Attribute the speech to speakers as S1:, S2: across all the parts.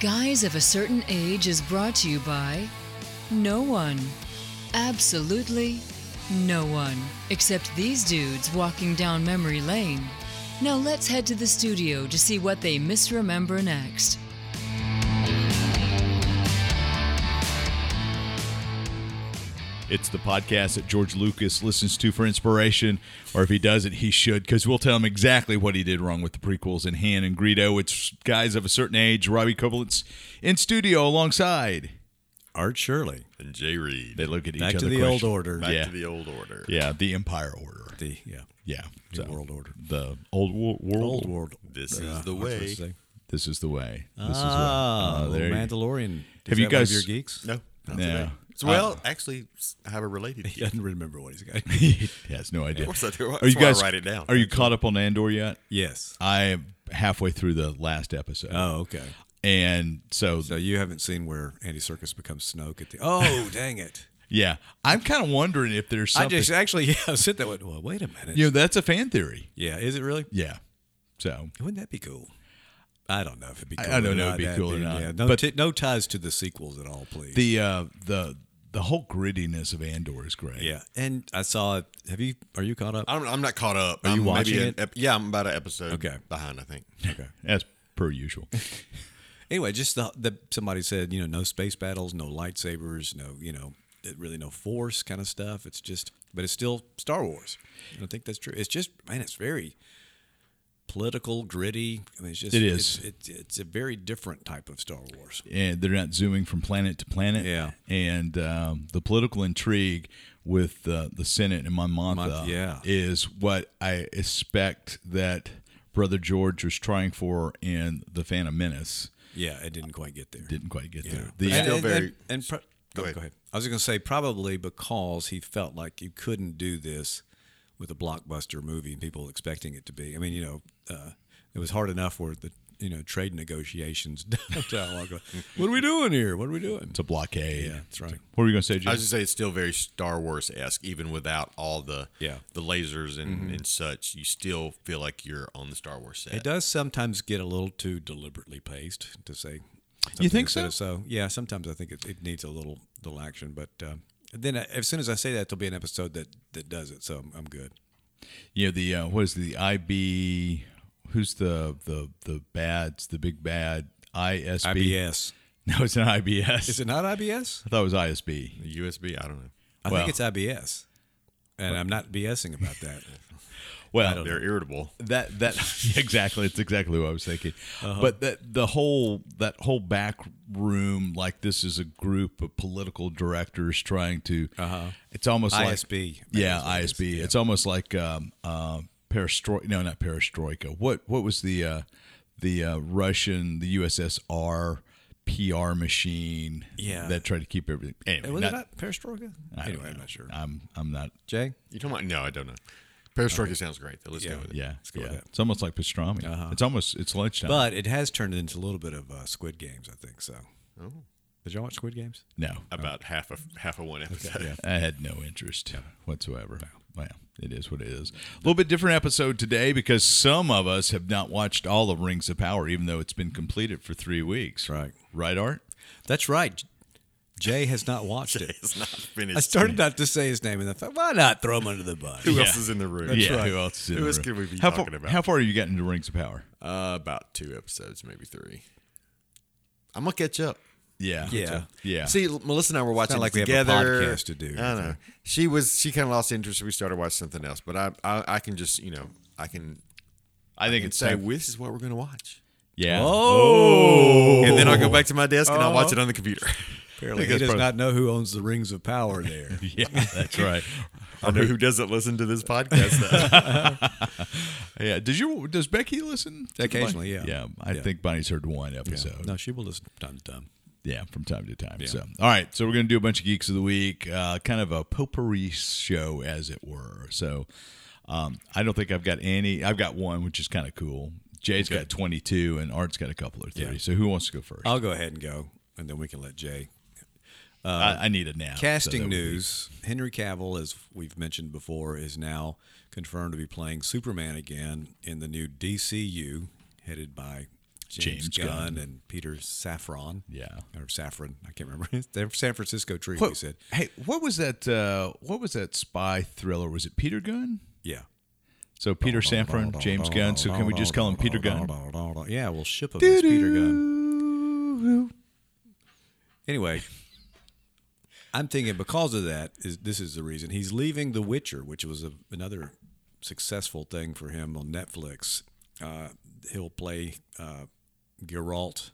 S1: Guys of a Certain Age is brought to you by no one. Absolutely no one. Except these dudes walking down memory lane. Now let's head to the studio to see what they misremember next.
S2: It's the podcast that George Lucas listens to for inspiration, or if he doesn't, he should, because we'll tell him exactly what he did wrong with the prequels in Han and Greedo. It's guys of a certain age, Robbie Kovalentz in studio alongside.
S3: Art Shirley.
S4: and Jay Reed.
S2: They look at each
S3: Back
S2: other.
S3: to the
S2: question-
S3: old order.
S4: Back
S2: yeah.
S4: to the old order.
S2: Yeah, the Empire Order.
S3: The yeah,
S2: Yeah,
S3: new
S2: so,
S3: world order.
S2: the old wo- world.
S3: Old world.
S4: This
S3: Uh,
S4: is the
S3: what was I
S4: way.
S3: saying?
S2: This is the way. This is
S3: Ah,
S2: what-
S3: oh,
S2: there you-
S3: Mandalorian.
S2: Have you
S3: Is that one of
S2: guys-
S3: your geeks?
S4: No. not
S2: Yeah.
S4: today. So, well, actually, s- I have a related.
S3: He
S4: geek.
S3: doesn't remember what he's got.
S2: he has no idea.
S4: Of course I do.
S2: Are
S4: That's
S2: you
S4: why I
S2: guys
S4: write it down.
S2: Are you caught up on Andor yet?
S3: yes.
S2: I am halfway through the last episode,
S3: Oh, okay.
S2: and so
S3: So you haven't seen where Andy Circus becomes Snoke at the? Oh, dang it!
S2: Yeah, I'm kind of wondering if there's
S3: I
S2: something.
S3: just actually yeah, I sit that way. Well, wait a minute.
S2: you know, that's a fan theory.
S3: yeah, is it really?
S2: Yeah. So
S3: Wouldn't that be cool? I don't know if it'd be.
S2: I-
S3: cool
S2: I don't
S3: or
S2: know if
S3: not.
S2: it'd be
S3: That'd
S2: cool or not,
S3: Yeah, no,
S2: but-
S3: ti- no ties to the sequels at all, please.
S2: the uh, the the whole grittiness of Andor is great.
S3: yeah, and I saw. Have you? Are you caught up?
S4: I'm, I'm not caught up.
S3: Are you
S4: I'm
S3: watching
S4: maybe an
S3: it?
S4: ep- yeah, I'm about an episode
S3: Okay.
S4: behind, I think.
S3: Okay.
S2: as per usual.
S3: anyway, just the, the somebody said, you know, no space battles, no lightsabers, no, you know, it- really no force kind of stuff. It's just, but it's still Star Wars. And I think that's true. It's just, man, it's very political, gritty. I mean, it's just,
S2: It is.
S3: It's, it's, it's a very different type of Star Wars.
S2: and they're not zooming from planet to planet.
S3: Yeah.
S2: And um, the political intrigue with uh, the Senate and Monmouth
S3: Mon- yeah.
S2: is what I expect that Brother George was trying for in The Phantom Menace.
S3: Yeah, it didn't quite get there.
S2: Didn't quite get there.
S3: And-
S2: The,
S4: still
S3: and,
S4: very-
S3: And, and pro-
S4: Go
S3: oh,
S4: ahead.
S3: go ahead. I was going to say probably because he felt like you couldn't do this with a blockbuster movie and people expecting it to be. I mean, you know, uh, it was hard enough where the you know trade negotiations dialogue. what are we doing here? What are we doing?
S2: it's a blockade.
S3: Yeah, that's right.
S2: What were you going to say,
S4: I
S2: Jim?
S4: was just say it's still very Star Wars esque, even without all the
S3: Yeah. Mm-hmm.
S4: the lasers and, and such. You still feel like you're on the Star Wars set.
S3: It does sometimes get a little too deliberately paced to say.
S2: You
S3: something
S2: think
S3: instead
S2: so?
S3: of So yeah, sometimes I think it, it needs a little little action, but um, then I, as soon as I say that, there'll be an episode that that does it. So I'm, I'm good.
S2: Yeah, the uh, what is the IB? Who's the the the bads? The big bad ISB?
S3: IBS.
S2: No, it's not IBS.
S3: Is it not IBS?
S2: I thought it was ISB.
S4: The USB, I don't know.
S3: I
S2: Well-
S3: think it's IBS, and I'm not BSing about that.
S2: Well,
S4: They're irritable.
S2: that that exactly. It's exactly what I was thinking.
S3: Uh-huh.
S2: But that the whole that whole back room, like this is a group of political directors trying to. Uh-huh. It's almost like
S3: ISB.
S2: Yeah,
S3: That is what it
S2: ISB. It's almost like um, uh, perestroika. No, not perestroika. What what was the uh, the uh, Russian the USSR PR machine?
S3: Yeah.
S2: that tried to keep everything. Anyway,
S3: Hey, was
S2: not-
S3: it not perestroika?
S2: I don't
S3: Anyway, I'm
S2: know.
S3: not sure.
S2: I'm I'm not.
S3: Jay,
S4: You talking about? No, I don't know. Perestroika sounds great, though. Let's
S3: Yeah.
S4: go with it.
S2: Yeah,
S3: go with
S2: yeah.
S3: that.
S2: It's almost like pastrami. It's almost it's lunchtime.
S3: but it has turned into a little bit of uh, Squid Games. I think so. Oh. Did y'all watch Squid Games?
S2: no,
S4: About half of half of one episode.
S2: I had no interest whatsoever. Well, it is what it is. A little bit different episode today because some of us have not watched all of Rings of Power, even though it's been completed for three weeks.
S3: Right.
S2: right, Art.
S3: That's right. Jay has not watched it.
S4: It's not finished.
S3: I started not to say his name, and I thought, why not throw him under the bus?
S4: Who else is in the room?
S2: yeah, who else? Is in
S4: Who
S2: the
S4: else
S2: room?
S4: could we be
S2: how
S4: talking
S2: far,
S4: about?
S2: How far are you getting into Rings of Power?
S4: Uh, about two episodes, maybe three. I'm gonna catch up.
S2: Yeah,
S3: Yeah.
S2: yeah.
S4: See, L- Melissa and I were watching
S3: not like
S4: it
S3: we have a
S4: together.
S3: podcast to do.
S4: I know. She was. She kind of lost interest. We started watching something else. But I, I, I can just, you know, I can,
S2: I
S4: I
S2: think
S4: can
S2: it's
S4: say
S2: time.
S4: this is what we're gonna watch,
S2: yeah.
S3: Oh,
S4: and then I'll go back to my desk and I'll watch it on the computer.
S3: apparently
S2: that's
S3: he does
S2: probably-
S3: not know who owns the rings of power there.
S2: yeah, that's right.
S4: I know who doesn't listen to this podcast. Though.
S2: Yeah. Does your does Becky listen to the
S3: Occasionally,
S2: Bonnie?
S3: yeah.
S2: Yeah. I
S3: Yeah.
S2: think Bonnie's heard one episode.
S3: no, she will listen from time to time.
S2: yeah, from time to time. So, all right, so we're going to do a bunch of geeks of the week, uh, kind of a potpourri show, as it were. So, um, I don't think I've got any. I've got one, which is kind of cool. Jay's got twenty-two, and Art's got a couple or three.
S3: Yeah.
S2: So, who wants to go 1st
S3: I'll go ahead and go, and then we can let Jay
S2: Uh, I, I need a nap. so
S3: Casting
S2: that would be-
S3: news: Henry Cavill, as we've mentioned before, is now confirmed to be playing Superman again in the new DCU, headed by
S2: James Gunn.
S3: and Peter Saffron.
S2: Yeah.
S3: Or Saffron. I can't remember. They're San Francisco tree, we
S2: What-
S3: said.
S2: Hey, what was that? Uh, what was that spy thriller? Was it Peter Gunn?
S3: Yeah.
S2: So Peter Saffron, James Gunn. So can we just call him Peter Gunn?
S3: Yeah, we'll ship him as Peter Gunn. Anyway, I'm thinking because of that is this is the reason he's leaving The Witcher, which was a, another successful thing for him on Netflix. Uh, he'll play uh, Geralt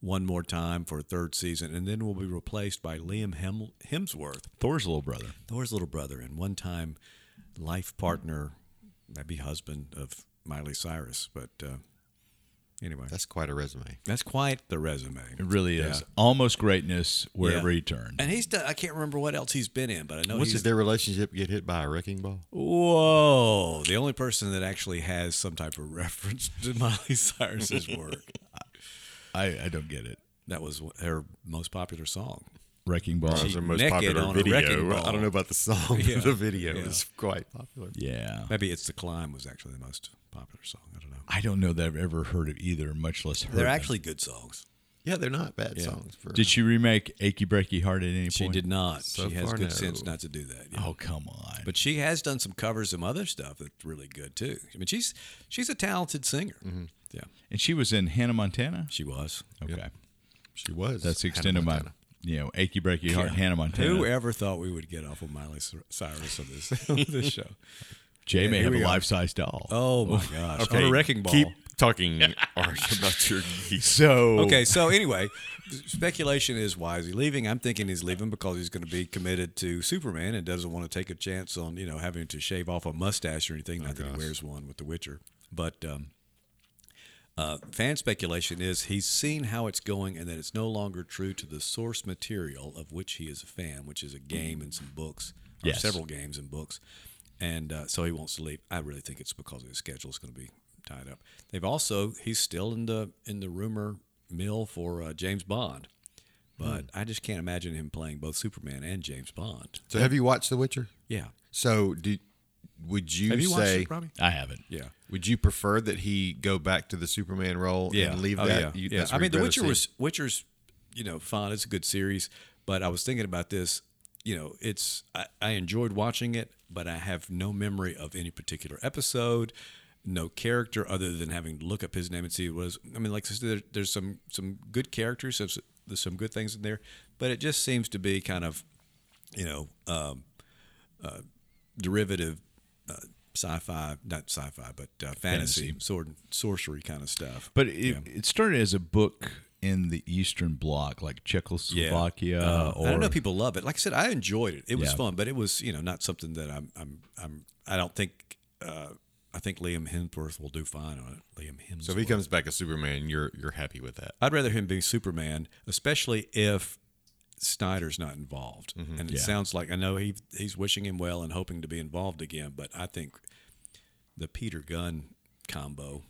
S3: one more time for a third season, and then will be replaced by Liam Hem- Hemsworth.
S2: Thor's little brother.
S3: Thor's little brother and one time life partner, that'd be husband of Miley Cyrus. But uh, anyway, that's,
S4: That's quite a resume.
S3: quite the resume.
S2: It really is almost greatness wherever
S3: Yeah.
S2: he turned.
S3: And he's done, I can't remember what else he's been in, but I know
S4: What's
S3: he's.
S4: their relationship get hit by a wrecking ball?
S3: Whoa. The only person that actually has some type of reference to Miley Cyrus's work.
S2: I, I don't get it.
S3: That was her most popular song.
S2: Wrecking ball.
S4: That was their most
S3: naked
S4: popular
S3: on a wrecking
S4: video.
S3: ball.
S4: I don't know about the song,
S3: Yeah.
S4: but the video
S3: Yeah.
S4: is quite popular.
S2: Yeah.
S3: Maybe It's the Climb was actually the most popular song. I don't know.
S2: I don't know that I've ever heard of either, much less heard.
S3: They're
S2: them.
S3: actually good songs.
S4: Yeah, they're not bad songs. For,
S2: Did she remake "Achy Breaky Heart" at any
S3: She
S2: point?
S3: did not.
S4: So
S3: she has
S4: far,
S3: good
S4: no.
S3: sense not to do that. yeah.
S2: Oh come on!
S3: But she has done some covers of other stuff that's really good too. I mean, she's she's a talented singer.
S4: Mm-hmm.
S3: Yeah,
S2: and she was in Hannah Montana.
S3: she was.
S2: Okay,
S4: she was.
S2: that's the
S4: Hannah
S2: extent of my
S4: Montana.
S2: you know "Achy Breaky Heart" Hannah Montana.
S3: Who ever thought we would get off of Miley Cy- Cyrus on this on this show?
S2: Jay may
S3: here
S2: have a
S3: we are.
S2: life size doll.
S3: Oh my gosh! On a wrecking ball.
S4: Keep talking Arch, about your geese.
S2: So
S3: Okay, so anyway, speculation is why is he leaving? I'm thinking he's leaving because he's going to be committed to Superman and doesn't want to take a chance on you know having to shave off a mustache or anything.
S4: Oh
S3: Not that he wears one with The Witcher, but um, uh, fan speculation is he's seen how it's going and that it's no longer true to the source material of which he is a fan, which is a game and some books, or
S2: Yes.
S3: several games and books, and uh, so he wants to leave. I really think it's because his schedule is going to be tied up. They've also he's still in the in the rumor mill for uh, James Bond, but I just can't imagine him playing both Superman and James Bond.
S4: So, have you watched The Witcher?
S3: Yeah,
S4: So, do, would you,
S3: have you watched
S4: say
S3: it, Robbie?
S2: I haven't.
S3: Yeah.
S4: would you prefer that he go back to the Superman role and leave
S3: Oh,
S4: that?
S3: Yeah,
S4: You-
S3: yeah.
S4: that's
S3: I
S4: where you'd
S3: mean, The
S4: rather
S3: Witcher
S4: see
S3: was Witcher's, you know, fun. It's a good series, but I was thinking about this. You know, it's I, I enjoyed watching it, but I have no memory of any particular episode, no character other than having to look up his name and see what was. I mean, like I said, there, there's some some good characters, there's, there's some good things in there, but it just seems to be kind of, you know, um, derivative uh, sci-fi, not sci-fi, but uh, fantasy, sword and sorcery kind of stuff.
S2: But it, it started as a book in the Eastern Bloc, like Czechoslovakia,
S3: Uh,
S2: or
S3: I know people love it. Like I said, I enjoyed it. It was
S2: Yeah.
S3: fun, but it was you know not something that I'm I'm I'm I don't think uh, I think Liam Hemsworth will do fine on it. Liam Hemsworth.
S4: So if he comes back as Superman, you're you're happy with that.
S3: I'd rather him be Superman, especially if Snyder's not involved.
S4: Mm-hmm.
S3: And it sounds like I know he he's wishing him well and hoping to be involved again, but I think the Peter Gunn combo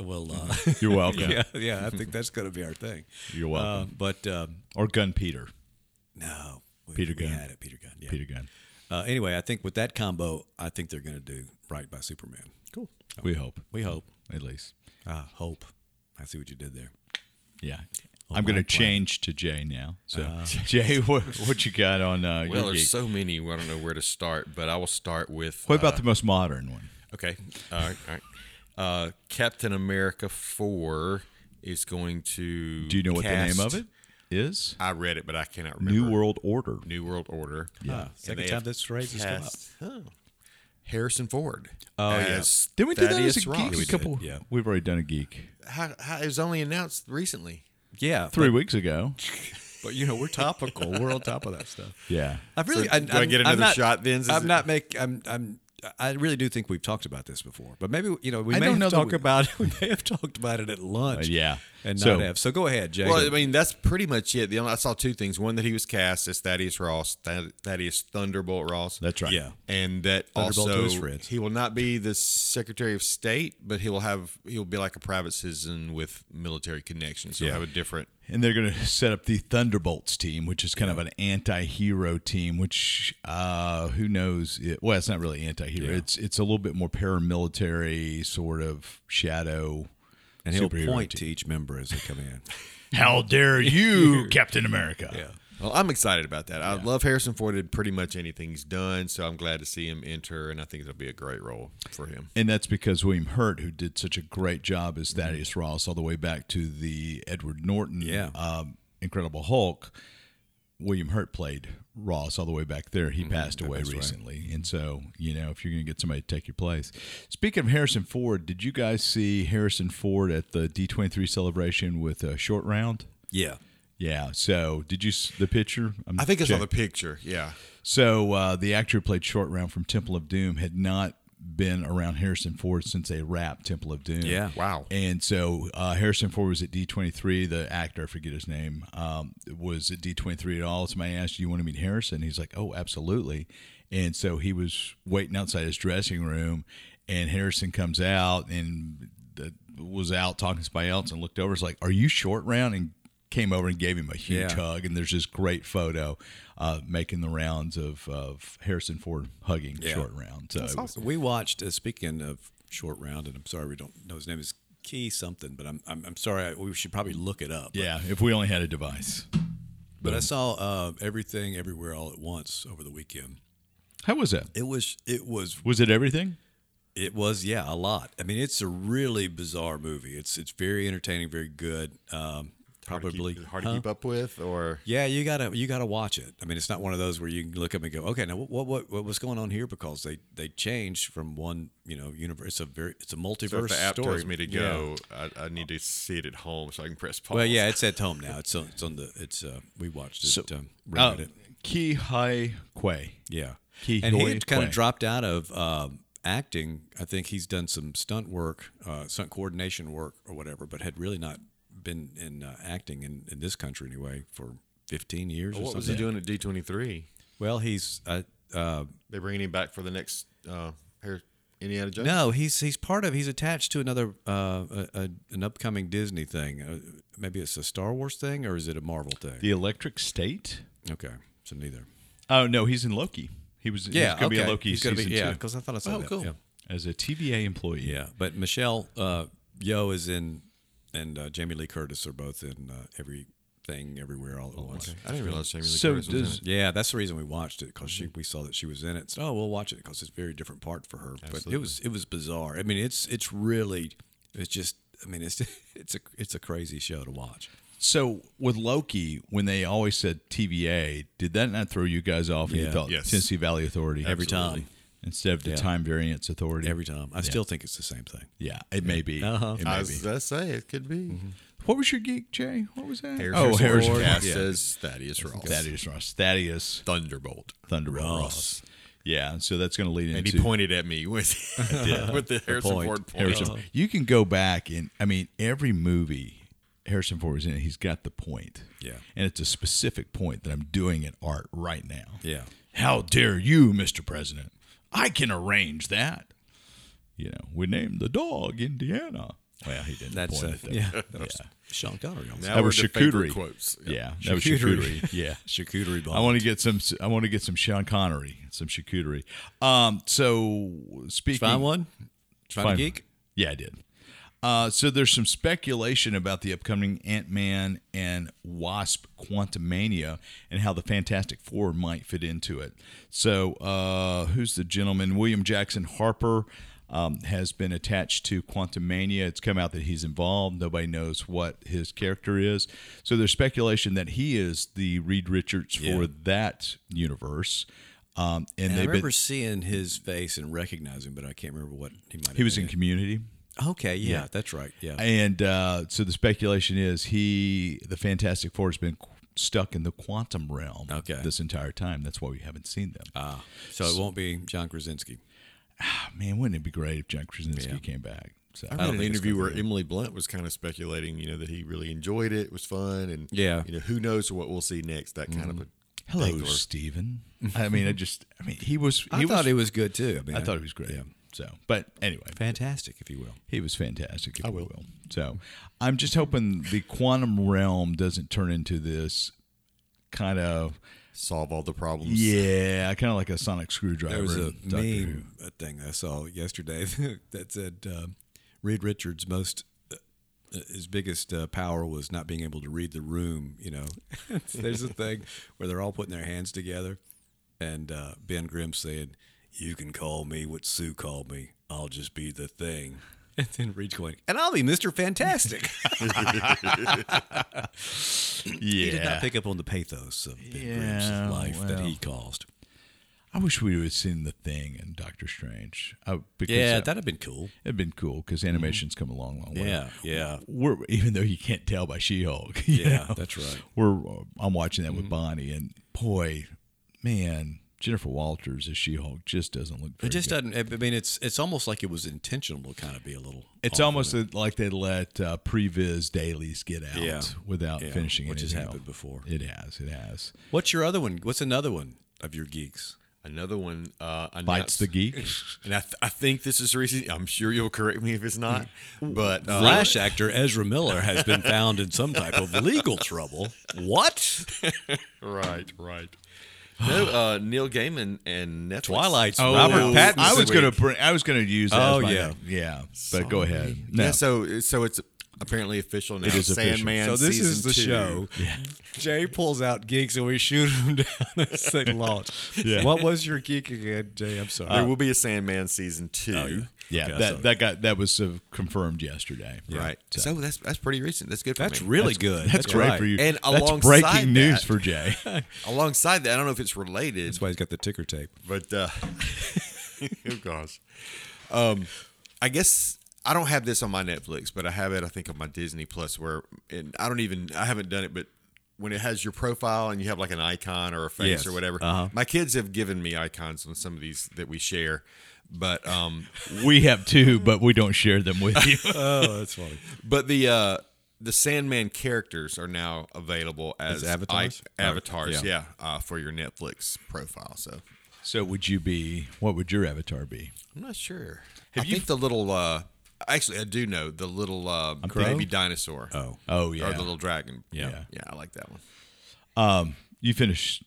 S3: will. Uh,
S2: You're welcome.
S3: yeah, yeah, I think that's going to be our thing.
S2: You're
S3: Uh,
S2: welcome.
S3: but um,
S2: or Gun Peter.
S3: no, we,
S2: Peter
S3: we
S2: Gunn.
S3: had it, Peter Gunn. Yeah.
S2: Peter Gunn.
S3: Uh, anyway, I think with that combo, I think they're going to do right by Superman. Cool.
S2: We hope,
S3: Oh. We hope.
S2: at least.
S3: Uh, hope. I see what you did there.
S2: Yeah. I'm going to change to Jay now. So, Jay, what, what you got on uh,
S5: Well,
S2: your
S5: there's
S2: geek?
S5: so many. I don't know where to start, but I will start with. uh,
S2: What about the most modern one?
S5: Okay. All right. All right. Uh, Captain America 4 is going to.
S2: Do you know what the name
S5: cast-
S2: of it is?
S5: I read it, but I cannot remember.
S2: New World Order.
S5: New World Order. Yeah.
S3: Second time this phrase has come up.
S4: Harrison Ford.
S5: Oh, yes.
S4: as
S2: Didn't we do that as a
S4: Thaddeus
S2: geek?
S4: Ross.
S2: a couple.
S3: yeah.
S2: We've already done a geek
S4: How, how, it was only announced recently.
S3: Yeah.
S2: three weeks ago.
S3: But, you know, we're topical. we're on top of that stuff.
S2: Yeah. Uh,
S3: I really.
S4: So
S3: I,
S4: do I get another
S3: not,
S4: shot then? Is
S3: I'm
S4: it-
S3: not make. I'm. I'm. I really do think we've talked about this before, but maybe you know we
S2: I
S3: may
S2: don't
S3: have
S2: know that
S3: talked
S2: we-
S3: about it. We may have talked about it at lunch.
S2: Uh, yeah.
S3: and
S2: So-
S3: not have. So go ahead, Jay.
S4: Well, I mean, that's pretty much it. The only, I saw two things. One that he was cast as Thaddeus Ross, Thad- Thaddeus Thunderbolt Ross.
S2: That's right.
S3: yeah,
S4: And that
S3: Thunderbolt to
S4: also
S3: his friends.
S4: he will not be the Secretary of State, but he will have he will be like a private citizen with military connections. He'll have a different.
S2: And they're going to set up the Thunderbolts team, which is kind of an anti-hero team. Which uh, who knows? It, well, it's not really anti-hero. It's it's a little bit more paramilitary sort of shadow
S3: and he'll
S2: Superhero
S3: point
S2: team.
S3: to each member as they come in.
S2: How dare you, Captain America? Yeah.
S4: Well, I'm excited about that. I love Harrison Ford in pretty much anything he's done, so I'm glad to see him enter, and I think it'll be a great role for him.
S2: And that's because William Hurt, who did such a great job as Thaddeus Ross all the way back to the Edward Norton
S3: Yeah.
S2: um, Incredible Hulk, William Hurt played Ross all the way back there. He
S4: Mm-hmm.
S2: passed away recently. And so, you know, if you're going to get somebody to take your place. Speaking of Harrison Ford, did you guys see Harrison Ford at the D23 celebration with a short round?
S3: Yeah,
S2: Yeah. So, did you s- the picture? I'm
S4: I think I saw
S2: check-
S4: the picture. Yeah,
S2: so uh, the actor who played Short Round from Temple of Doom had not been around Harrison Ford since they wrapped Temple of Doom.
S3: Yeah.
S4: Wow.
S2: And so uh, Harrison Ford was at D23. The actor, I forget his name, um, was at D23 at all. Somebody asked, "Do you want to meet Harrison?" He's like, "Oh, absolutely." And so he was waiting outside his dressing room, and Harrison comes out and uh, was out talking to somebody else and looked over. It's like, "Are you Short Round?" And came over and gave him a huge
S3: Yeah.
S2: hug hug, and there's this great photo uh, making the rounds of, of Harrison Ford hugging short round. So it was-
S3: we watched. Uh, speaking of short round, and I'm sorry we don't know his name is Key something, but I'm I'm, I'm sorry. I, we should probably look it up.
S2: yeah, if we only had a device.
S3: But I saw uh, everything everywhere all at once over the weekend.
S2: How was that?
S3: It was it was
S2: Was it everything?
S3: It was, yeah, a lot. I mean, it's a really bizarre movie. It's it's very entertaining, very good. Um, probably
S4: hard to keep up with, or
S3: Yeah, you gotta you gotta watch it. I mean, it's not one of those where you can look up and go, okay, now what what what was going on here? Because they they changed from one you know universe. It's a very it's a
S4: so
S3: multiverse
S4: if the app
S3: story.
S4: tells me to
S3: Yeah.
S4: go, I, I need to see it at home so I can press pause.
S3: Well, yeah, it's at home now. It's on, it's on the it's uh we watched it. um,
S2: Uh,
S4: oh.
S3: rented it.
S2: Ki Hai Kwei.
S3: Yeah.
S2: Ki
S3: and he
S2: Hoi
S3: had kind
S2: Kwai.
S3: of dropped out of um, acting. I think he's done some stunt work, uh, stunt coordination work or whatever, but had really not been in uh, acting in, in this country anyway for 15 years or
S4: what was
S3: something.
S4: he doing at D23?
S3: Well, he's. Uh, uh,
S4: They bringing him back for the next uh, Har- Indiana Jones?
S3: no, he's he's part of. He's attached to another uh, a, a, an upcoming Disney thing. Uh, maybe it's a Star Wars thing or is it a Marvel thing?
S2: The Electric State?
S3: Okay, so neither.
S2: Oh, no, he's in Loki. He was he's
S3: Yeah,
S2: going to be
S3: okay.
S2: a Loki
S3: He's gonna
S2: season
S3: be, yeah,
S2: two
S3: because I thought I saw
S2: Oh,
S3: that.
S2: cool.
S3: yeah.
S2: as a TVA employee.
S3: Yeah, but Michelle uh, Yeoh is in, and uh, Jamie Lee Curtis are both in uh, everything, everywhere, all at once.
S4: I didn't realize Jamie Lee
S2: So
S4: Curtis was in
S2: does
S3: Yeah, that's the reason we watched it because she we saw that she was in it. So oh, we'll watch it because it's a very different part for her. But it was it was bizarre. I mean, it's it's really it's just I mean it's it's a it's a crazy show to watch.
S2: so with Loki when they always said TVA, did that not throw you guys off? And you
S3: Yeah.
S2: thought
S4: Yes.
S2: Tennessee Valley Authority
S3: Every Absolutely. time.
S2: instead of the Time Variance Authority.
S3: Every time, I still think it's the same thing.
S2: Yeah, it may be.
S3: Uh-huh.
S2: It may
S4: I
S2: be.
S4: was gonna say it could be.
S2: What was your geek, Jay? What was that?
S4: Harrison
S2: oh,
S4: Ford
S2: Harrison
S4: cast
S2: Yeah.
S4: as Thaddeus Ross.
S2: Thaddeus Ross. Thaddeus
S4: Thunderbolt.
S2: Thunderbolt Ross. Yeah, and so that's going to lead
S4: And
S2: into
S4: he pointed at me with, with the Harrison
S3: point.
S4: Ford point.
S2: Harrison. You can go back and I mean every movie Harrison Ford was in, he's got the point.
S3: Yeah.
S2: and it's a specific point that I'm doing in art right now.
S3: Yeah.
S2: How dare you, Mr. President? I can arrange that. You know, we named the dog Indiana. Well, he didn't
S3: That's
S2: point
S3: uh,
S2: at that.
S3: yeah, that was Sean Connery. on
S4: Now
S2: That
S4: we're
S2: was
S4: to favorite
S2: charcuterie.
S4: quotes.
S2: Yeah, that was
S3: Charcuterie.
S2: charcuterie. Yeah.
S3: charcuterie board.
S2: I want to get some. I want to get some Sean Connery, some charcuterie. Um, so speaking,
S3: find one. Find a
S2: Fine.
S3: geek.
S2: Yeah, I did. Uh, so there's some speculation about the upcoming Ant-Man and Wasp Quantumania and how the Fantastic Four might fit into it. So uh, who's the gentleman? William Jackson Harper um, has been attached to Quantumania. It's come out that he's involved. Nobody knows what his character is. So there's speculation that he is the Reed Richards for that universe. Um, and,
S3: And I
S2: they've
S3: remember
S2: been,
S3: seeing his face and recognizing, but I can't remember what he might. Have
S2: he was
S3: been
S2: in Community.
S3: Okay, yeah, that's right. Yeah,
S2: And uh, so the speculation is he, the Fantastic Four, has been qu- stuck in the quantum realm
S3: Okay. Ah.
S2: this entire time. That's why we haven't seen them.
S3: so it won't be John Krasinski.
S2: Ah, man, wouldn't it be great if John Krasinski came back? So,
S4: I read an interview where Emily Blunt was kind of speculating, you know, that he really enjoyed it, it was fun, and
S3: Yeah. Mm-hmm.
S4: you know, who knows what we'll see next? That kind of a
S2: hello,
S4: thing, or-
S2: Steven. I mean, I just, I mean, he was, he
S3: I thought
S2: was,
S3: he was good too. I, mean,
S2: I thought he was great. So, but anyway,
S3: fantastic, if you will.
S2: He was fantastic. If I will. You will. So I'm just hoping the quantum realm doesn't turn into this kind of
S4: solve all the problems.
S2: yeah, kind of like a sonic screwdriver.
S3: There was a
S2: in Doctor Who.
S3: meme uh, thing I saw yesterday that said um, Reed Richards' most uh, his biggest uh, power was not being able to read the room. You know, there's a thing where they're all putting their hands together, and uh, Ben Grimm said, "You can call me what Sue called me. I'll just be the thing." And then Reed's going, and I'll be Mister Fantastic.
S2: Yeah.
S3: He did not pick up on the pathos of Ben
S2: Yeah,
S3: Grimm's life that
S2: well.
S3: he caused.
S2: I wish we would have seen the thing and Doctor Strange. I, because
S3: Yeah,
S2: that
S3: that'd have been cool.
S2: it'd been cool because animation's come a long, long way.
S3: yeah,
S2: we're even though you can't tell by She-Hulk. you
S3: yeah.
S2: know?
S3: That's Mm-hmm. right.
S2: We're uh, I'm watching that with Bonnie, and boy, man, Jennifer Walters as She-Hulk just doesn't look. Very
S3: It just
S2: good.
S3: doesn't. I mean, it's it's almost like it was intentional to kind of be a little.
S2: It's
S3: off
S2: almost
S3: of
S2: like they let uh, previs dailies get out
S3: Yeah.
S2: without
S3: Yeah,
S2: finishing
S3: which has
S2: anything
S3: happened
S2: else.
S3: before.
S2: It has. It has.
S3: it. What's your other one? What's another one of your geeks?
S5: Another one. Uh,
S2: Bites
S5: announced-
S2: the geek.
S5: And I, th- I think this is recent. I'm sure you'll correct me if it's not. But uh,
S3: Flash actor Ezra Miller has been found in some type of legal trouble. What?
S5: Right, right. No, uh, Neil Gaiman and Netflix.
S3: Twilight's
S2: Oh,
S3: Robert Pattinson.
S2: I was gonna bring. I was gonna use. That
S3: Oh,
S2: as my
S3: yeah.
S2: name. yeah. But go ahead. No.
S5: Yeah, so so it's apparently official now. It
S2: is official.
S5: Sandman
S3: So Oh, this is
S5: season
S3: the
S5: two.
S3: show. Jay pulls out geeks and we shoot him down as they launch. What was your geek again, Jay? I'm sorry.
S5: There will be a Sandman season two.
S3: Oh,
S2: yeah,
S3: Uh, Okay,
S2: that
S3: so-
S2: that got that was uh, confirmed yesterday.
S5: Right. So. that's that's pretty recent. That's good for
S3: That's
S5: me.
S3: really good.
S2: That's great
S3: right.
S2: for you.
S5: And
S2: that's
S5: alongside
S2: breaking news
S5: that-
S2: for Jay.
S5: Alongside that, I don't know if it's related,
S3: That's why he's got the ticker tape.
S5: but uh, oh gosh, um, I guess I don't have this on my Netflix, but I have it. I think on my Disney Plus, where and I don't even I haven't done it, but when it has your profile and you have like an icon or a face
S3: Yes. Uh-huh.
S5: or whatever, my kids have given me icons on some of these that we share. But um,
S2: we have two, but we don't share them with you.
S3: Oh, that's funny.
S5: But the uh the Sandman characters are now available as,
S3: As avatars?
S5: i- avatars,
S3: Yeah.
S5: yeah, uh, for your Netflix profile. So
S2: so would you be? What would your avatar be?
S5: I'm not sure. I think the little uh actually I do know the little uh baby dinosaur.
S3: Oh.
S2: Oh yeah.
S5: Or the little dragon.
S2: Yeah.
S5: Yeah, I like that one.
S2: you finished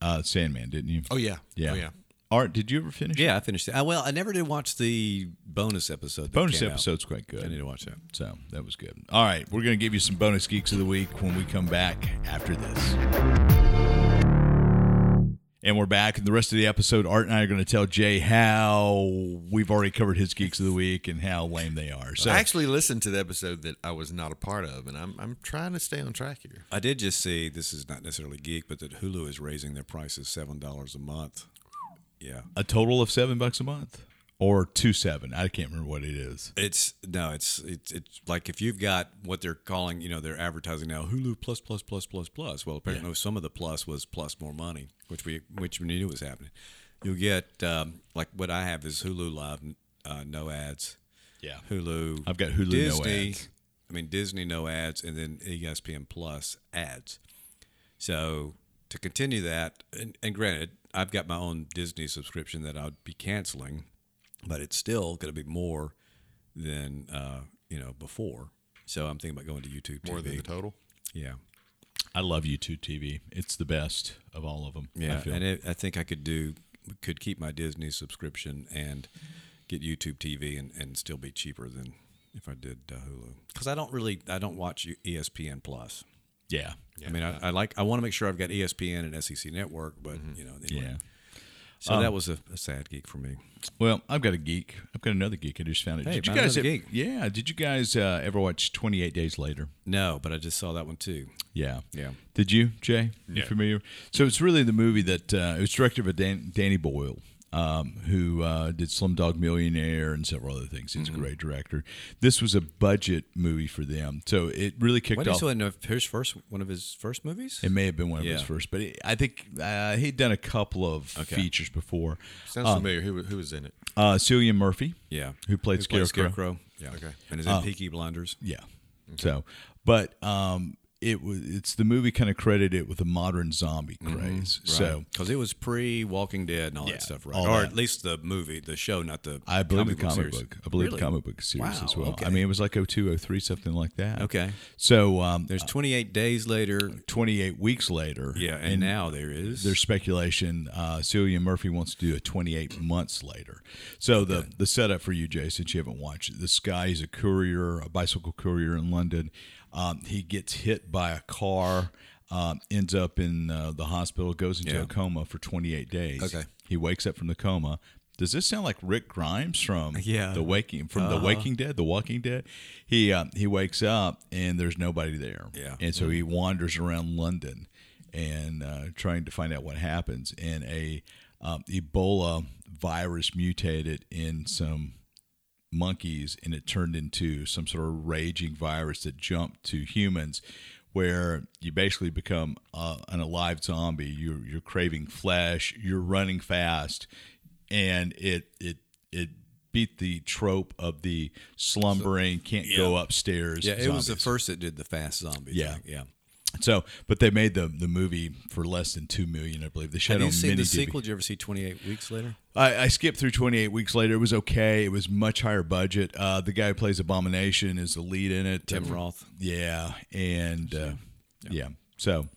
S2: uh, Sandman, didn't you?
S5: Oh yeah.
S2: yeah.
S5: Oh yeah.
S2: Art, did you ever finish? it?
S3: Yeah, I finished it. I, well, I never did watch the bonus episode. that
S2: Bonus
S3: came out.
S2: episode's quite good.
S3: I need to watch that.
S2: So that was good. All right, we're going to give you some bonus geeks of the week when we come back after this. And we're back. And the rest of the episode, Art and I are going to tell Jay how we've already covered his geeks of the week and how lame they are. So
S5: I actually listened to the episode that I was not a part of and I'm I'm trying to stay on track here.
S3: I did just see this is not necessarily geek, but that Hulu is raising their prices seven dollars a month. Yeah,
S2: a total of seven bucks a month or two seven. I can't remember what it is.
S3: it's no, it's it's it's like if you've got what they're calling, you know, they're advertising now Hulu plus plus plus plus plus. Well, apparently some of the plus was plus more money, which we which we knew was happening. You'll get um, like what I have is Hulu Live, uh, no ads.
S2: Yeah.
S3: Hulu.
S2: I've got Hulu, no
S3: Disney,
S2: ads.
S3: I mean Disney no ads, and then E ESPN Plus ads. So to continue that, and, and granted, I've got my own Disney subscription that I'd be canceling, but it's still going to be more than uh, you know before. So I'm thinking about going to YouTube TV.
S5: More than the total.
S3: yeah,
S2: I love YouTube TV. It's the best of all of them. I
S3: yeah,
S2: feel.
S3: and it, I think I could do could keep my Disney subscription and get YouTube TV and, and still be cheaper than if I did uh, Hulu because I don't really I don't watch E, ESPN Plus.
S2: yeah.
S3: I mean I, I like I want to make sure I've got E ESPN and SEC Network, but you know anyway.
S2: Mm-hmm. Yeah. Um,
S3: So that was a, a sad geek for me.
S2: Well, I've got a geek. I've got another geek. I just found it.
S3: Hey,
S2: did you
S3: found
S2: guys?
S3: another geek.
S2: Yeah. Did you guys uh, ever watch Twenty Eight Days Later?
S3: No, but I just saw that one too.
S2: Yeah.
S3: Yeah.
S2: Did you, Jay? You familiar? So it's really the movie that uh, it was directed by Dan- Danny Boyle, um, who uh, did Slumdog Millionaire and several other things.
S3: Mm-hmm.
S2: He's a great director. This was a budget movie for them, so it really kicked
S3: What
S2: off.
S3: is one of his first one of his first movies?
S2: It may have been one of his
S3: Yeah.
S2: first, but it, I think uh, he'd done a couple of features before.
S5: Sounds familiar. Who who was in it?
S2: Uh, Cillian Murphy,
S3: yeah,
S2: who played Scarecrow. Um,
S3: Yeah, okay, and is in Peaky Blinders.
S2: Yeah. So, but um, it was it's the movie kind of credited it with a modern zombie
S3: Mm-hmm.
S2: craze. So
S3: because it was pre Walking Dead and all
S2: Yeah,
S3: that stuff, right?
S2: all
S3: Or
S2: that.
S3: at least the movie, the show, not the.
S2: I believe the comic
S3: series.
S2: book. I believe
S3: Really?
S2: the comic book series
S3: Wow,
S2: as well.
S3: okay.
S2: I mean, it was like 02, 03, something like that.
S3: Okay.
S2: So um,
S3: There's 28 days later.
S2: 28 weeks later.
S3: Yeah, and, now there is.
S2: Uh, There's speculation. Uh, Celia Murphy wants to do it 28 months later. So the the setup for you, Jay, since you haven't watched it, this guy is a courier, a bicycle courier in London. Um, he gets hit by a car, um, ends up in uh, the hospital, goes into
S3: Yeah.
S2: a coma for 28 days.
S3: Okay.
S2: He wakes up from the coma. Does this sound like Rick Grimes from
S3: Yeah.
S2: the Waking from the Waking Dead, the Walking Dead? He uh, he wakes up and there's nobody there.
S3: Yeah.
S2: And so he wanders around London and uh, trying to find out what happens. And a um, Ebola virus mutated in some monkeys and it turned into some sort of raging virus that jumped to humans where you basically become uh, an alive zombie you're you're craving flesh you're running fast and it it it beat the trope of the slumbering can't go upstairs
S3: yeah, it was the
S2: zombies.
S3: first that did the fast zombie.
S2: Yeah.
S3: thing. yeah.
S2: so but they made the the movie for less than 2 million i believe they shot
S3: Have
S2: it
S3: you
S2: on
S3: seen
S2: many
S3: the
S2: DV
S3: sequel? Did you ever see 28 Weeks Later?
S2: I, I skipped through 28 weeks later. It was okay. It was much higher budget. Uh, the guy who plays Abomination is the lead in it.
S3: Tim Roth.
S2: Yeah, and uh, yeah. So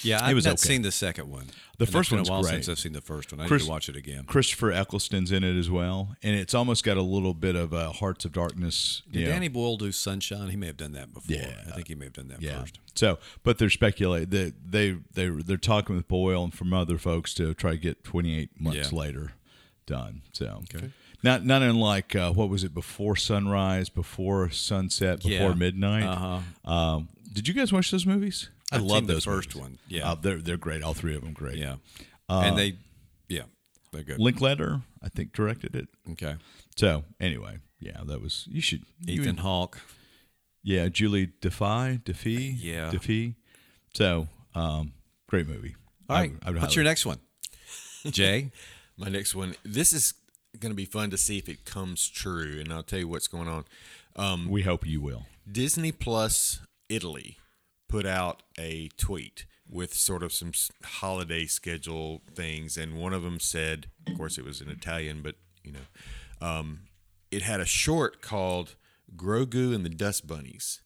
S3: Yeah,
S2: It
S3: I've
S2: was
S3: not
S2: okay.
S3: seen the second one.
S2: The
S3: And
S2: first
S3: it's been
S2: one's
S3: a while
S2: great.
S3: since I've seen the first one. I
S2: Chris-
S3: need to watch it again.
S2: Christopher Eccleston's in it as well, and it's almost got a little bit of uh, Hearts of Darkness.
S3: Did
S2: you know.
S3: Danny Boyle do Sunshine? He may have done that before.
S2: Yeah.
S3: I think he may have done that
S2: Yeah.
S3: first.
S2: So, but they're speculating. They they they they're talking with Boyle and from other folks to try to get 28 months
S3: Yeah.
S2: later done. So. Not, not unlike uh, what was it before sunrise, before sunset, before
S3: Yeah.
S2: midnight. Uh-huh. Um, did you guys watch those movies? I
S3: I've
S2: love
S3: seen the
S2: those.
S3: first
S2: movies.
S3: one. Yeah.
S2: Uh, they're they're great. All three of them great.
S3: Yeah,
S2: Uh,
S3: and they, yeah, they're good.
S2: Linkletter, I think, directed it.
S3: okay,
S2: So anyway, yeah, that was you should. you
S3: Ethan
S2: en-
S3: Hawke.
S2: yeah, Julie Defy, Defee,
S3: Yeah.
S2: Defee. So um, great movie.
S3: All right, what's your next one, Jay?
S5: My next one. This is going to be fun to see if it comes true, and I'll tell you what's going on.
S2: name? We hope you will.
S5: Disney Plus Italy put out a tweet with sort of some s- holiday schedule things, and one of them said, of course, it was in Italian, but you know, um, it had a short called Grogu and the Dust Bunnies,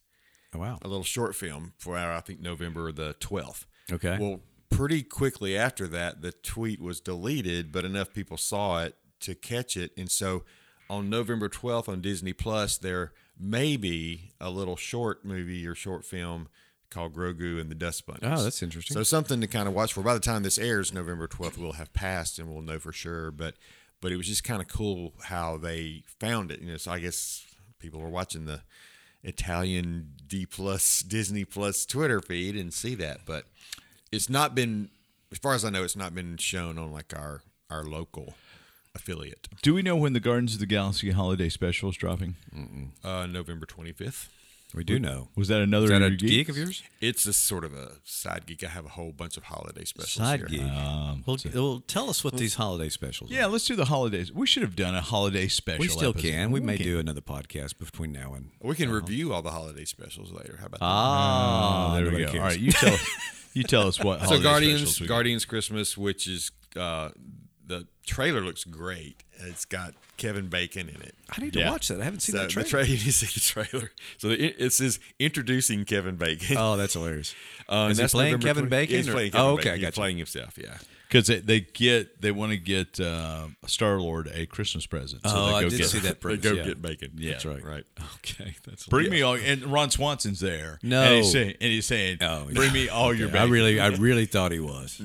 S3: Oh, wow,
S5: a little short film for our, I think November the twelfth.
S3: Okay.
S5: Well, pretty quickly after that, the tweet was deleted, but enough people saw it to catch it, and so on November twelfth on Disney Plus, there may be a little short movie or short film called Grogu and the Dust Bunnies.
S3: Oh, that's interesting.
S5: So something to kind of watch for. By the time this airs, November twelfth will have passed, and we'll know for sure. But but it was just kind of cool how they found it. You know, so I guess people were watching the Italian D plus Disney plus Twitter feed and see that, but it's not been, as far as I know, it's not been shown on like our our local affiliate.
S2: Do we know when the Gardens of the Galaxy holiday special is dropping?
S5: Uh, November twenty fifth.
S3: we do know.
S2: Was that another
S3: Is that a
S2: Your
S3: geek? of yours?
S5: It's a sort of a side geek. I have a whole bunch of holiday specials. here.
S3: Uh, well, well, tell us what these holiday specials. are.
S2: Um, Yeah, let's do the holidays. We should have done a holiday special.
S3: we still
S2: episode.
S3: can. We, may do another podcast between now and.
S5: We can review all the holiday specials later. How about that?
S3: Ah,
S2: Oh, There we
S3: nobody
S2: go.
S3: cares.
S2: All right, you tell you tell us what.
S5: so
S2: holiday
S5: Guardians
S2: specials we got.
S5: Guardians Christmas, which is uh, the trailer looks great. It's got Kevin Bacon in it.
S3: I need to
S2: Yeah.
S3: watch that. I haven't seen
S5: So
S3: that trailer.
S5: the trailer, you see the trailer. So the, it says introducing Kevin Bacon.
S3: oh, that's hilarious.
S5: Uh,
S3: Is
S5: and
S3: he
S5: that's
S3: playing
S5: November
S3: Kevin
S5: 20
S3: Bacon?
S5: He's
S3: or-
S5: playing Kevin
S3: oh, okay,
S5: Bacon.
S3: I
S5: He's
S3: got you.
S5: playing himself. Yeah.
S2: because they, they get they want to get uh, Star Lord a Christmas present. So
S3: Oh,
S2: they
S3: I
S2: go
S3: did
S2: get,
S3: see that.
S5: They
S3: premise,
S5: go
S3: yeah.
S5: get Bacon. Yeah.
S2: That's
S3: right.
S5: Right.
S3: Okay, that's
S2: Bring me all, and Ron Swanson's there. and
S3: No.
S2: he's saying, and he's saying
S3: Oh,
S2: bring me all your.
S3: I
S2: Bacon.
S3: really, I really thought he was.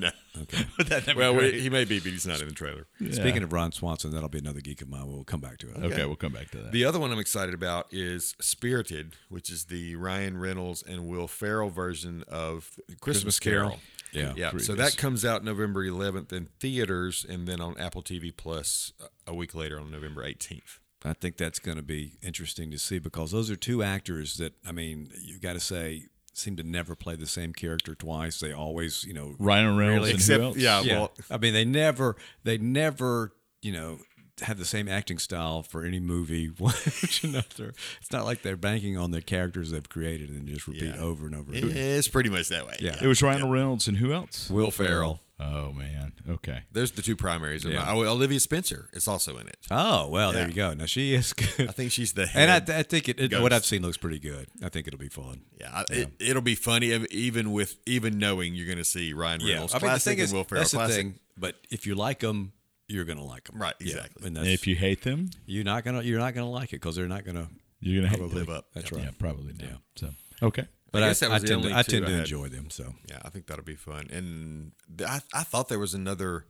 S5: Well, we, he may be, but he's not in the trailer.
S3: Speaking of Ron Swanson, that'll be another geek of mine. We'll come back to it.
S2: Okay, we'll come back to that.
S5: The other one I'm excited about is Spirited, which is the Ryan Reynolds and Will Ferrell version of Christmas, Carol.
S3: Yeah.
S5: Yeah. So that comes out November 11th in theaters and then on Apple TV Plus uh, a week later on November 18th.
S3: I think that's going to be interesting to see because those are two actors that I mean, you got to say seem to never play the same character twice. They always, you know,
S2: Ryan Reynolds and
S5: Except-
S2: who else?
S5: yeah.
S3: yeah.
S5: well-
S3: I mean, they never, they never, you know, have the same acting style for any movie one after another. It's not like they're banking on the characters they've created and just repeat over and over again.
S5: It's pretty much that way.
S3: Yeah.
S2: It was Ryan Reynolds and who else?
S5: Will Ferrell.
S2: Oh man. Okay.
S5: There's the two primaries. Yeah.
S3: Yeah.
S5: Oh, Olivia Spencer is also in it.
S3: Oh well,
S5: Yeah.
S3: there you go. Now she is good,
S5: I think she's the
S3: and
S5: head.
S3: I, I think it, it- what
S5: Ghost.
S3: I've seen looks pretty good. I think it'll be fun.
S5: yeah, I- It, it'll be funny ev- even with even knowing you're going to see Ryan Reynolds.
S3: I mean the
S5: classic
S3: thing
S5: and
S3: is,
S5: Will Ferrell,
S3: that's the
S5: classic.
S3: thing. But if you like them, you're gonna like them,
S5: Right, exactly.
S3: And
S2: And
S3: that's,
S2: if you hate them,
S3: you're not gonna you're not gonna like it because they're not gonna.
S2: you're gonna hate
S5: Live
S2: them.
S5: up.
S3: That's right.
S2: Yeah, probably. Yeah. So okay.
S3: But
S5: I
S3: I,
S5: guess that
S3: I
S5: was the
S3: tend, to,
S5: only
S3: I
S5: two
S3: tend
S5: I
S3: to
S5: had.
S3: enjoy them. So
S5: Yeah, I think that'll be fun. And th- I, I thought there was another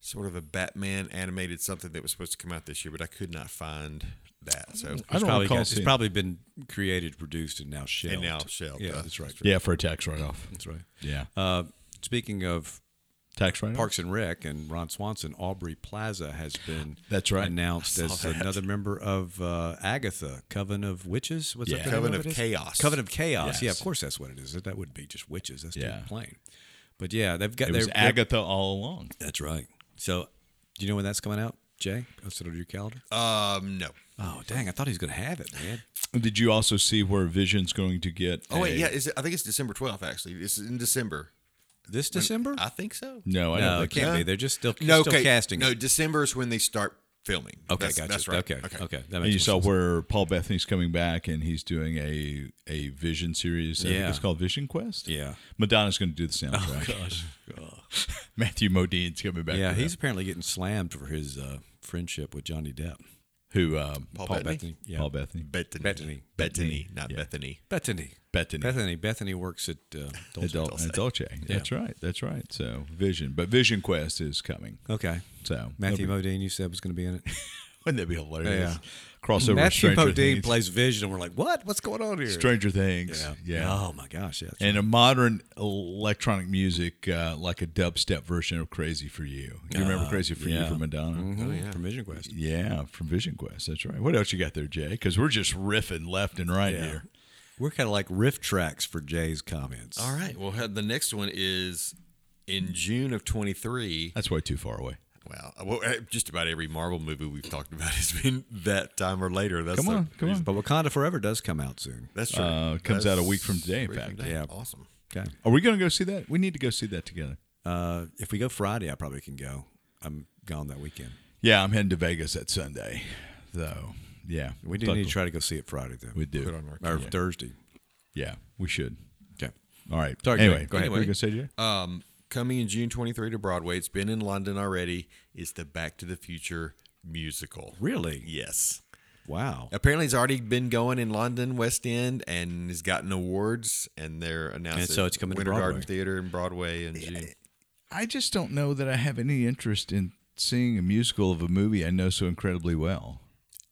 S5: sort of a Batman animated something that was supposed to come out this year, but I could not find that. So
S2: I
S3: it's
S2: don't
S3: probably,
S2: recall
S3: got, it's
S2: seeing-
S3: probably been created, produced, and now shelved.
S5: and now uh, Shell.
S3: yeah, that's right.
S2: Yeah, for a tax write-off.
S3: That's right.
S2: Yeah.
S3: Uh, speaking of
S2: tax write-off.
S3: Parks and Rec and Ron Swanson, Aubrey Plaza has been
S2: That's right.
S3: announced
S2: I saw
S3: as
S2: that.
S3: another member of uh, Agatha Coven of Witches. What's
S2: Yeah.
S3: that? the
S5: Coven
S3: name
S5: of
S3: it is?
S5: Chaos.
S3: Coven of Chaos. Yeah,
S2: Yes.
S3: of course that's what it is. That wouldn't be just witches. That's
S2: Yeah.
S3: too plain. But yeah, they've got
S2: It
S3: their
S2: was Agatha all along.
S3: That's right. So, do you know when that's coming out, Jay? That's it on your calendar.
S5: Um, no.
S3: oh dang! I thought he was going to have it, man.
S2: Did you also see where Vision's going to get?
S5: Oh wait,
S2: a-
S5: yeah, is it, I think it's December 12th actually. It's in December.
S3: This December?
S5: I think so.
S2: No, I
S3: no,
S2: don't
S3: it
S2: think
S3: can't
S5: so.
S3: be. They're just still,
S5: No,
S3: still
S5: okay.
S3: casting.
S5: No,
S3: it.
S5: December is when they start filming.
S3: Okay,
S5: that's,
S3: gotcha.
S5: That's right.
S3: Okay, okay, That
S2: And
S3: makes
S2: you saw
S3: more sense.
S2: where Paul Bettany's coming back, and he's doing a a Vision series. I think
S3: Yeah.
S2: it's called Vision Quest.
S3: Yeah. Oh,
S2: Madonna's going to do the soundtrack. Matthew Modine's coming back.
S3: Yeah,
S2: for that.
S3: he's apparently getting slammed for his uh, friendship with Johnny Depp.
S2: who um,
S5: Paul,
S3: Paul
S5: Bettany.
S3: Bethany. Yeah.
S2: Paul Bethany.
S5: Bethany.
S3: Bethany.
S5: Bethany, not
S2: Yeah.
S5: Bethany.
S3: Bethany.
S2: Bethany.
S3: Bethany. Bethany works at uh, Dulce.
S2: Adult and Dolce. That's right. That's right. So Vision, but Vision Quest is coming.
S3: Okay.
S2: So
S3: Matthew Modine, you said was going to be in it.
S2: wouldn't that be hilarious?
S3: Yeah.
S2: Crossover. with
S3: Matthew
S2: Stranger
S3: Modine
S2: Things.
S3: plays Vision, and we're like, what? What's going on here?
S2: Stranger Things. Yeah.
S3: Oh my gosh. Yeah.
S2: And a modern electronic music, uh, like a dubstep version of "Crazy for You." You remember "Crazy for You"
S3: Uh, yeah. Mm-hmm.
S2: from Madonna?
S5: Oh,
S3: yeah. From Vision Quest.
S2: Yeah, from Vision Quest. That's right. What else you got there, Jay? Because we're just riffing left and right
S3: Yeah.
S2: here.
S3: We're kind of like riff tracks for Jay's comments.
S5: All right. Well, the next one is in June of 23.
S2: That's way too far away.
S5: Well, well, eh, just about every Marvel movie we've talked about has been that time or later. That's
S2: Come
S5: the-
S2: on, come on.
S3: But Wakanda Forever does come out soon.
S5: That's true.
S2: Uh, comes out a week from today, in
S5: week
S2: fact.
S5: today.
S3: Yeah.
S5: Awesome.
S3: Okay.
S2: Are we going to go see that? We need to go see that together.
S3: Uh, if we go Friday, I probably can go. I'm gone that weekend.
S2: Yeah, I'm heading to Vegas that Sunday, though. Yeah,
S3: We do
S2: Thought
S3: need to try to go see it Friday though.
S2: We do.
S3: or Thursday.
S2: Yeah, we should.
S3: Okay.
S2: All right.
S3: Sorry,
S2: anyway,
S3: Jay, go ahead.
S2: What were you going to say, Jay?
S5: Um, coming in June 23 to Broadway. It's been in London already. Is the Back to the Future musical.
S3: Really?
S5: Yes.
S3: Wow.
S5: Apparently, it's already been going in London, West End, and has gotten awards. And they're announcing
S3: And so it's coming to
S5: Winter Garden
S3: Broadway.
S5: Theater in Broadway in June.
S2: I just don't know that I have any interest in seeing a musical of a movie I know so incredibly well.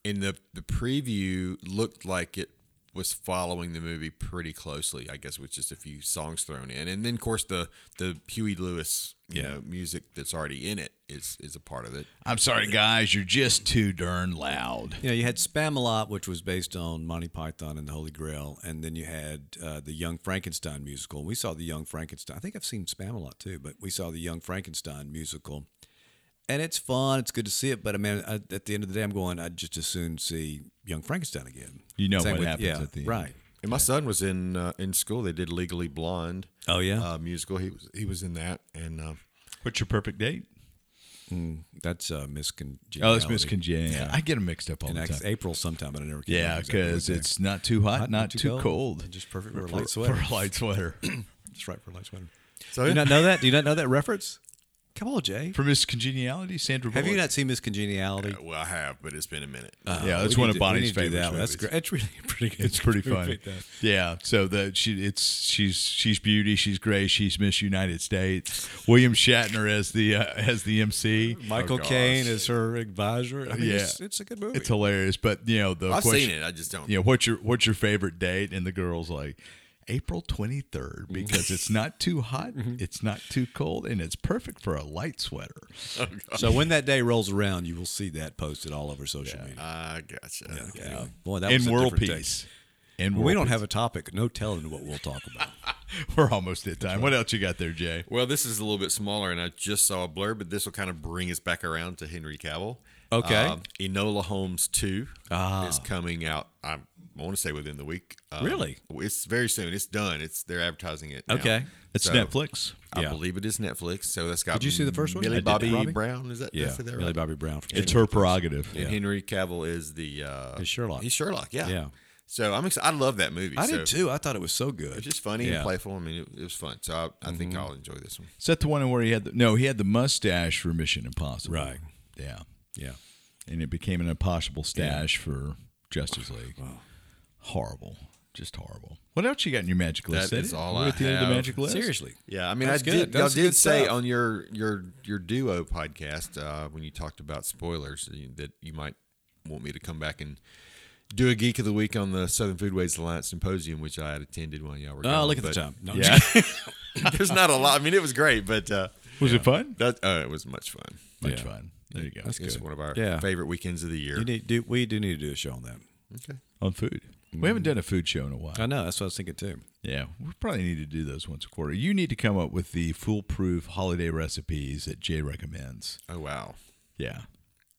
S5: in the the preview looked like it was following the movie pretty closely i guess with just a few songs thrown in and then of course the the huey lewis you know music that's already in it is is a part of it
S2: I'm sorry, guys. You're just too darn loud.
S3: You know, you had Spamalot, which was based on Monty Python and the Holy Grail, and then you had uh, the Young Frankenstein musical. We saw the Young Frankenstein. I think I've seen Spamalot too, but we saw the Young Frankenstein musical, and it's fun. It's good to see it, but I mean, I, at the end of the day, I'm going. I'd just as soon see Young Frankenstein again.
S2: You know what happens
S3: yeah,
S2: at the end.
S3: right?
S5: and my son was in uh, in school they did legally blonde
S3: Oh yeah,
S5: uh, musical he was he was in that and uh,
S2: What's your perfect date?
S3: that's uh, miscon.
S2: Oh, it's Miss Congeniality. I get them mixed up all
S3: And
S2: the
S3: that's
S2: time.
S3: April sometime, but I never. can
S2: Yeah,
S3: remember exactly
S2: because
S3: what day.
S2: it's not too hot,
S3: Hot,
S2: not too cold.
S3: just perfect for a
S2: For-
S3: light sweater.
S2: For a light sweater.
S3: Just right for a light sweater.
S5: so
S3: Do you
S5: yeah.
S3: not know that? Do you not know that reference? Come on, Jay.
S2: For Miss Congeniality, Sandra
S3: Have you
S2: Bullock.
S3: not seen Miss Congeniality?
S5: Uh, well i have but it's been a minute
S2: yeah,
S3: Oh, We
S2: Uh, that's
S3: need
S2: one
S3: to-
S2: of
S3: we
S2: Bonnie's
S3: need to do
S2: favorite
S3: that one. That's
S2: movies.
S3: great. That's really pretty good.
S2: It's pretty fun.
S3: Appreciate that.
S2: Yeah, so the she it's she's she's beauty, she's grace, she's Miss United States. William Shatner as the uh, as the MC.
S3: Michael
S5: gosh.
S3: Caine is her advisor. I mean,
S2: Oh, Yeah.
S3: it's, it's a good movie.
S2: It's hilarious, but you know the
S5: i've
S2: question,
S5: seen it i just don't
S2: You know what's your what's your favorite date? And the girl's like April twenty third
S3: Mm-hmm.
S2: because it's not too hot, it's not too cold, and it's perfect for a light sweater.
S3: so when that day rolls around, you will see that posted all over social media.
S5: i gotcha
S3: Yeah. Boy, that
S2: In
S3: was a
S2: world
S3: different day.
S2: peace. And
S3: We don't have a topic. No telling what we'll talk about.
S2: We're almost at time. What else you got there, Jay?
S5: Well, this is a little bit smaller, and I just saw a blurb, but this will kind of bring us back around to Henry Cavill.
S3: Okay. Ah.
S5: Um, Enola Holmes 2 is coming out, I want to say within the week. Um,
S3: Really?
S5: It's very soon. It's done. It's They're advertising it. now.
S3: Okay.
S2: It's
S5: So,
S2: Netflix.
S5: I
S3: Yeah.
S5: believe it is Netflix. So that's got.
S3: Did you see the first one? I
S5: Millie
S3: did.
S5: Bobby
S3: Robbie?
S5: Brown. Is that, did I
S3: Yeah,
S5: say that
S3: Millie
S5: right?
S3: Bobby Brown. From
S2: It's her prerogative.
S5: And Henry Cavill is the uh,
S3: He's Sherlock.
S5: He's Sherlock. Yeah.
S3: Yeah.
S5: So I'm excited. I love that movie.
S3: I
S5: so
S3: did too. I thought it was so good.
S5: It's just funny
S3: Yeah. Mm-hmm.
S5: and playful. I mean, it, it was fun. So I, I think I'll enjoy this one.
S2: Is that the one where he had the no? He had the mustache for Mission Impossible.
S3: Right.
S2: Yeah,
S3: Yeah.
S2: and it became an impossible stash for Justice League. Horrible, just horrible. What else you got in your magic list?
S5: That
S2: That
S5: is
S2: it?
S5: all
S2: We're
S5: I
S2: at the end of the
S5: have.
S2: magic list.
S3: Seriously.
S5: Yeah, I mean,
S3: That's
S5: I
S3: good.
S5: did. Y'all
S3: That's
S5: did
S3: good
S5: say
S3: stuff.
S5: on your your your duo podcast uh, when you talked about spoilers that you- that you might want me to come back and do a geek of the week on the Southern Foodways Alliance symposium, which I had attended while y'all were.
S3: Oh,
S5: gone,
S3: look at the
S5: but
S3: time. No,
S2: Yeah,
S5: There's not a lot. I mean, it was great, but uh,
S2: was it fun?
S5: that uh, it was much fun.
S2: Much
S3: Yeah.
S2: fun. There you go.
S3: That's
S5: It's
S3: good.
S5: one of our
S3: Yeah.
S5: favorite weekends of the year.
S3: You need, do, we do need to do a show on that.
S5: Okay.
S2: On food, we haven't done a food show in a while.
S3: I know. That's what I was thinking too.
S2: Yeah, we probably need to do those once a quarter. You need to come up with the foolproof holiday recipes that Jay recommends.
S5: Oh wow.
S2: Yeah,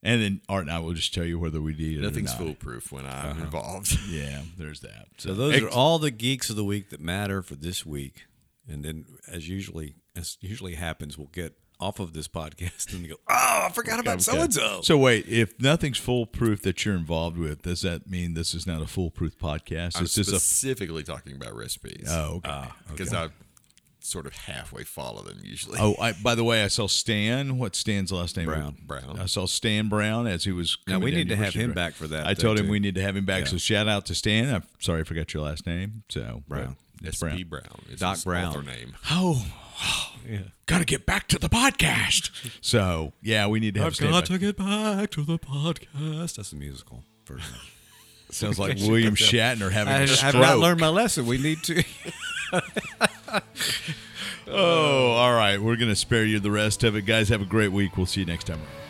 S2: and then Art and I will just tell you whether we need it
S5: Nothing's
S2: or not.
S5: foolproof when
S3: Uh-huh.
S5: I'm involved.
S2: Yeah, there's that.
S3: So those are all the geeks of the week that matter for this week. And then, as usually as usually happens, we'll get off of this podcast and go, "Oh, I forgot about so and so."
S2: So wait, if nothing's foolproof that you're involved with, does that mean this is not a foolproof podcast?
S5: I'm
S2: It's just a
S5: specifically talking about recipes.
S2: oh, okay.
S5: because I sort of halfway follow them usually.
S2: oh, I, by the way, I saw Stan. What's Stan's last name?
S3: Brown.
S5: Brown.
S2: I saw Stan Brown as he was.
S3: Now,
S2: coming
S3: we
S2: down
S3: need to have
S2: University
S3: him
S2: Road.
S3: back for that,
S2: I
S3: though,
S2: told him
S3: too.
S2: we need to have him back.
S3: Yeah.
S2: So shout out to Stan. I'm sorry I forgot your last name. So but
S3: Brown.
S2: It's
S5: S.B.
S2: Brown.
S5: Brown. is
S3: Doc
S5: his
S3: Brown.
S5: Author name.
S2: Oh. Got to get back to the podcast. So yeah, we need to have. Stan back.
S3: get back to the podcast. That's the musical version.
S2: Sounds like William Shatner having
S3: I
S2: a
S3: have
S2: stroke.
S3: not learned my lesson. We need to.
S2: oh, all right. We're gonna spare you the rest of it, guys. Have a great week. We'll see you next time. around.